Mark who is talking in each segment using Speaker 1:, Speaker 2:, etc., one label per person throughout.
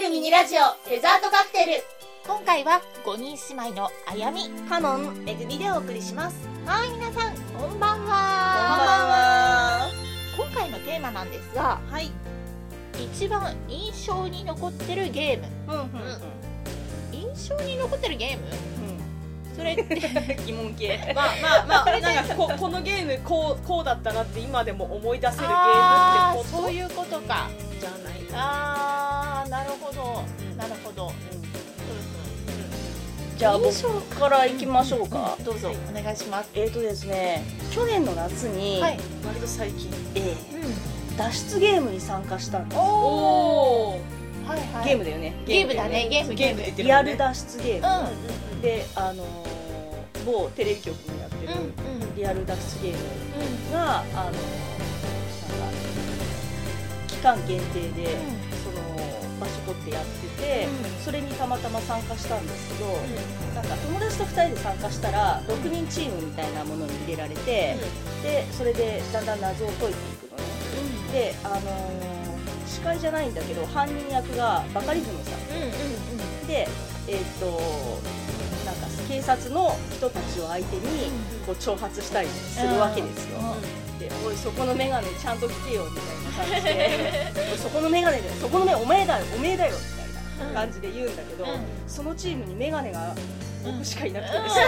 Speaker 1: るミニラジオデザートカクテル
Speaker 2: 今回は5人姉妹のあやみ
Speaker 3: カノンめぐみでお送りします
Speaker 2: はい皆さんこんば
Speaker 3: こんば
Speaker 2: んは
Speaker 3: んは
Speaker 2: 今回のテーマなんですが
Speaker 3: はい
Speaker 2: 一番印象に残ってるゲーム
Speaker 3: うんうん
Speaker 2: 印象に残ってるゲームそれって
Speaker 3: うん疑問系まあまあまあなんかこ このゲームこうこうだったなって今でも思い出せるゲー
Speaker 2: あ
Speaker 3: ム
Speaker 2: ー
Speaker 3: ってこと
Speaker 2: そういうことか
Speaker 3: じゃない
Speaker 2: あーなるほどなるほど
Speaker 3: じゃあ
Speaker 2: 印象
Speaker 3: 僕から行きましょうか、
Speaker 2: どうぞお願いします
Speaker 3: えーとですね去年の夏に、
Speaker 2: はい
Speaker 3: 割と最近、えー脱出ゲームに参加したんです
Speaker 2: おおはいはい
Speaker 3: ゲームだよね
Speaker 2: ゲームだねゲーム
Speaker 3: ゲーム
Speaker 2: ゲーム
Speaker 3: って言ってるもんねリアル脱出ゲーム、
Speaker 2: うん
Speaker 3: であのー某テレビ局がやってる
Speaker 2: うんうん
Speaker 3: リアル脱出ゲームが、あのーなんか期間限定で、その場所取ってやってて、
Speaker 2: うん
Speaker 3: それにたまたま参加したんですけど、なんか友達と2人で参加したら6人チームみたいなものに入れられて、でそれでだんだん謎を解いていくのねであのー司会じゃないんだけど犯人役がバカリズムさん
Speaker 2: うんうん
Speaker 3: でえーっとなんか警察の人たちを相手にこう挑発したりするわけですよ、で「おいそこの眼鏡ちゃんと聞けよ」みたいな感じで 「おいそこの眼鏡だよそこの眼お前だよおめえだよ」みたいな感じで言うんだけど、
Speaker 2: う
Speaker 3: そのチームに眼鏡が
Speaker 2: うん
Speaker 3: 僕しかいなくてですね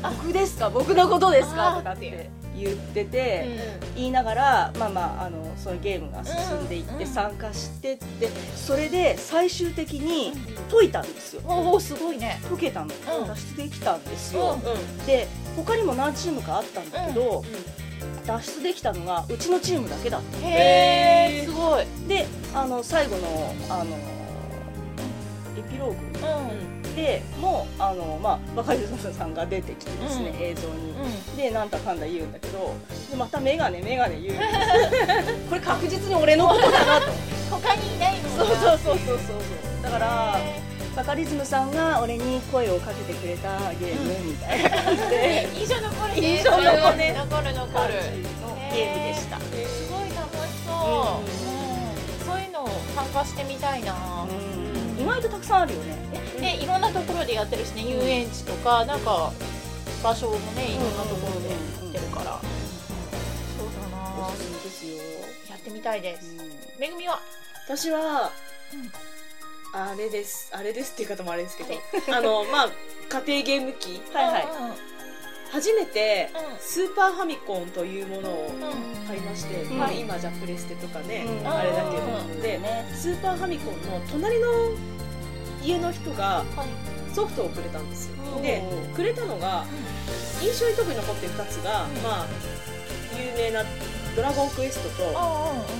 Speaker 3: 「 僕ですか僕のことです
Speaker 2: あー
Speaker 3: か?」とかって言ってて。言いながらまあまああのそういうゲームが進んでいっ
Speaker 2: うんう
Speaker 3: て
Speaker 2: ん
Speaker 3: 参加してってそれで最終的に解いたんですよ
Speaker 2: おおすごいね
Speaker 3: 解けたの
Speaker 2: うん
Speaker 3: 脱出できたんですよで他にも何チームかあったんだけど脱出できたのがうちのチームだけだった
Speaker 2: へえ
Speaker 3: へー
Speaker 2: すごい
Speaker 3: であの最後のあのエピローグでもあのまあ若い人さんが出てきてですね
Speaker 2: うん
Speaker 3: 映像に
Speaker 2: う
Speaker 3: でなんだかんだ言うんだけどでまたメガネメガネ 言うんですよこれ確実に俺のことだなと
Speaker 2: ん他にいないもん
Speaker 3: そ
Speaker 2: な
Speaker 3: うそうそうそうそうそうだからバカリズムさんが俺に声をかけてくれたゲームみたいな感じで、
Speaker 2: 印象残るね
Speaker 3: 印象残るね
Speaker 2: 残る残
Speaker 3: 感
Speaker 2: る
Speaker 3: じのゲームでした、
Speaker 2: すごい楽しそううんそういうのを参加してみたいな
Speaker 3: うん意外とたくさんあるよね
Speaker 2: ねいろんなところでやってるしね遊園地とかなんか場所もねいろんなところでやってるからそうだな
Speaker 3: おすすめですよ、
Speaker 2: やってみたいですめぐみは
Speaker 1: 私は
Speaker 2: うん
Speaker 1: あれですあれですっていう方もあれですけど あのまあ家庭ゲーム機
Speaker 3: はいはい
Speaker 1: 初めて
Speaker 2: う
Speaker 1: スーパーファミコンというものを
Speaker 2: んうん
Speaker 1: 買いまして、
Speaker 3: うん
Speaker 1: まあ、今じゃプレステとかね、
Speaker 3: うん
Speaker 1: あれだけ
Speaker 2: う
Speaker 1: ど、
Speaker 2: ん
Speaker 1: で
Speaker 3: ね
Speaker 1: スーパーファミコンの隣の家の人が
Speaker 2: はい
Speaker 1: ソフトをくれたんですよ、
Speaker 2: うん
Speaker 1: でくれたのが印象に特に残ってる2つが、
Speaker 2: ん
Speaker 1: まあ有名な「ドラゴンクエスト」と「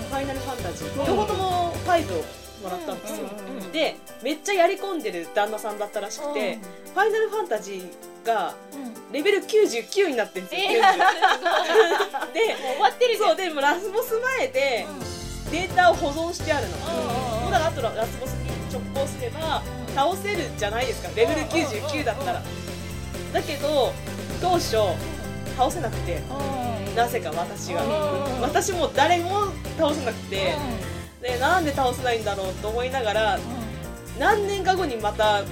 Speaker 1: ファイナルファンタジー」両方とも5をもらったんですよ、
Speaker 2: うんうん
Speaker 1: でめっちゃやり込んでる旦那さんだったらしくて、ファイナルファンタジーがレベル99になってるんですよ、
Speaker 2: えー
Speaker 1: 全部で
Speaker 2: 終わってるじゃん
Speaker 1: そうでもラスボス前でデータを保存してあるの、
Speaker 2: うん
Speaker 1: だからあとラスボスに直行すれば倒せるじゃないですかレベル99だったら、だけど当初倒せなくてなぜか私が、
Speaker 2: うん
Speaker 1: 私も誰も倒せなくて、でなんで倒せないんだろうと思いながら何年か後にまた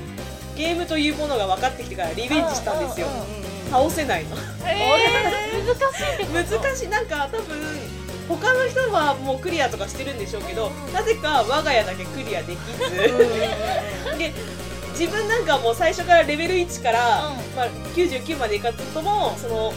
Speaker 1: ゲームというものが分かってきてからリベンジしたんですよ、
Speaker 2: うんうん
Speaker 1: 倒せないの
Speaker 2: えー難しいってこと
Speaker 1: 難しいなんか多分他の人はもうクリアとかしてるんでしょうけどなぜか我が家だけクリアできずで自分なんかもう最初からレベル1から、
Speaker 2: うん
Speaker 1: まあ、99までいかずともその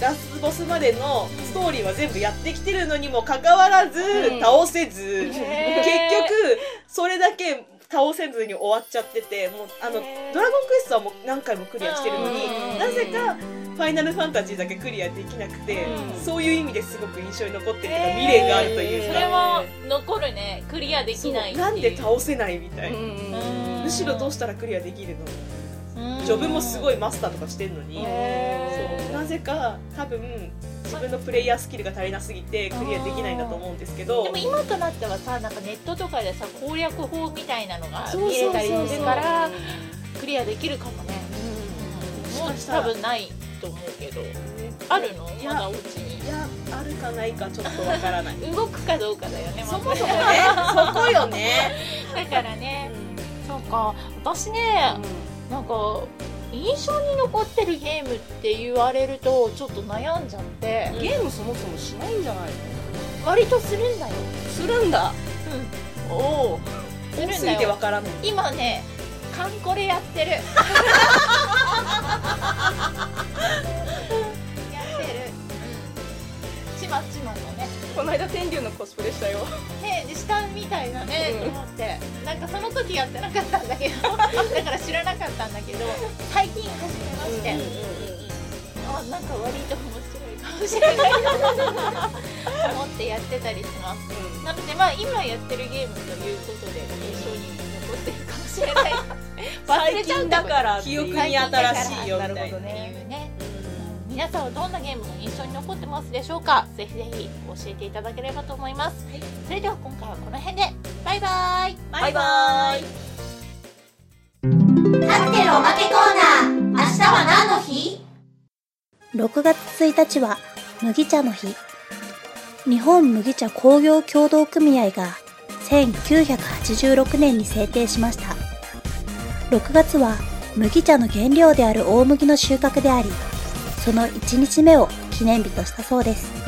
Speaker 1: ラスボスまでのストーリーは全部やってきてるのにもかかわらず、
Speaker 3: うん
Speaker 1: 倒せず、結
Speaker 2: へー
Speaker 1: 局それだけ倒せずに終わっちゃっててもうあの
Speaker 2: へー
Speaker 1: 「ドラゴンクエスト」はもう何回もクリアしてるの
Speaker 2: う
Speaker 1: に
Speaker 2: ん
Speaker 1: なぜか「ファイナルファンタジー」だけクリアできなくて、
Speaker 3: うん
Speaker 1: そういう意味ですごく印象に残ってるというか、
Speaker 2: へー
Speaker 1: 未練があるという
Speaker 2: そ
Speaker 1: か
Speaker 2: れは残るねクリアできないっていう
Speaker 1: そうなんで倒せないみたいな、
Speaker 2: うん
Speaker 1: むしろどうしたらクリアできるの
Speaker 2: うん
Speaker 1: ジョブもすごいマスターとかしてるのに。
Speaker 2: へ
Speaker 1: そう
Speaker 2: ー
Speaker 1: なぜか多分自分のプレイヤースキルが足りなすぎてクリアできないんだと思うんですけど
Speaker 2: でも今となってはさなんかネットとかでさ攻略法みたいなのが見れたりするからクリアできるかもねもう
Speaker 1: しかした
Speaker 2: 多
Speaker 1: ら
Speaker 2: 分ないと思うけどあるの
Speaker 1: いや
Speaker 2: まだお家に
Speaker 1: いやあるかないかちょっとわからない
Speaker 2: 動くかどうかだよねま
Speaker 1: そ
Speaker 2: ず
Speaker 1: もそもねそこよね
Speaker 2: だからねそうか私ねなんか印象に残ってるゲームって言われるとちょっと悩んじゃって、
Speaker 3: ゲームそもそもしないんじゃない
Speaker 2: 割とするんだよ、
Speaker 3: のするんだおお
Speaker 2: するん
Speaker 1: す
Speaker 2: だ
Speaker 1: ぎて
Speaker 2: よ
Speaker 1: わからない
Speaker 2: 今ねカンコレやってる やってるちまちまのね
Speaker 3: この間天竜のコスプレしたよ
Speaker 2: ねえしたみたいだね、
Speaker 3: うん
Speaker 2: と思ってなんかその時やってなかったんだけどだから知らなかったんだけど最近始めまして、あなんか割と面白いかもしれないなと思ってやってたりしますなのでまあ今やってるゲームということで印象に残ってるかもしれない忘れ
Speaker 3: 最
Speaker 2: ちゃう
Speaker 3: 近
Speaker 2: んだ
Speaker 3: だ
Speaker 2: もん
Speaker 3: から
Speaker 1: 記憶に新しいよみ
Speaker 3: ないるほ
Speaker 2: っ
Speaker 1: たな
Speaker 3: ど
Speaker 2: ていうね
Speaker 1: うん
Speaker 2: 皆さんはどんなゲームの印象に残ってますでしょうかぜひぜひ教えていただければと思います、
Speaker 1: はい
Speaker 2: それでは今回はこの辺でバイバイ
Speaker 1: バイバーイ
Speaker 4: カクテルおまけコーナー明日は何の日
Speaker 5: 6月1日は麦茶の日日本麦茶工業協同組合が1986年に制定しました6月は麦茶の原料である大麦の収穫でありその1日目を記念日としたそうです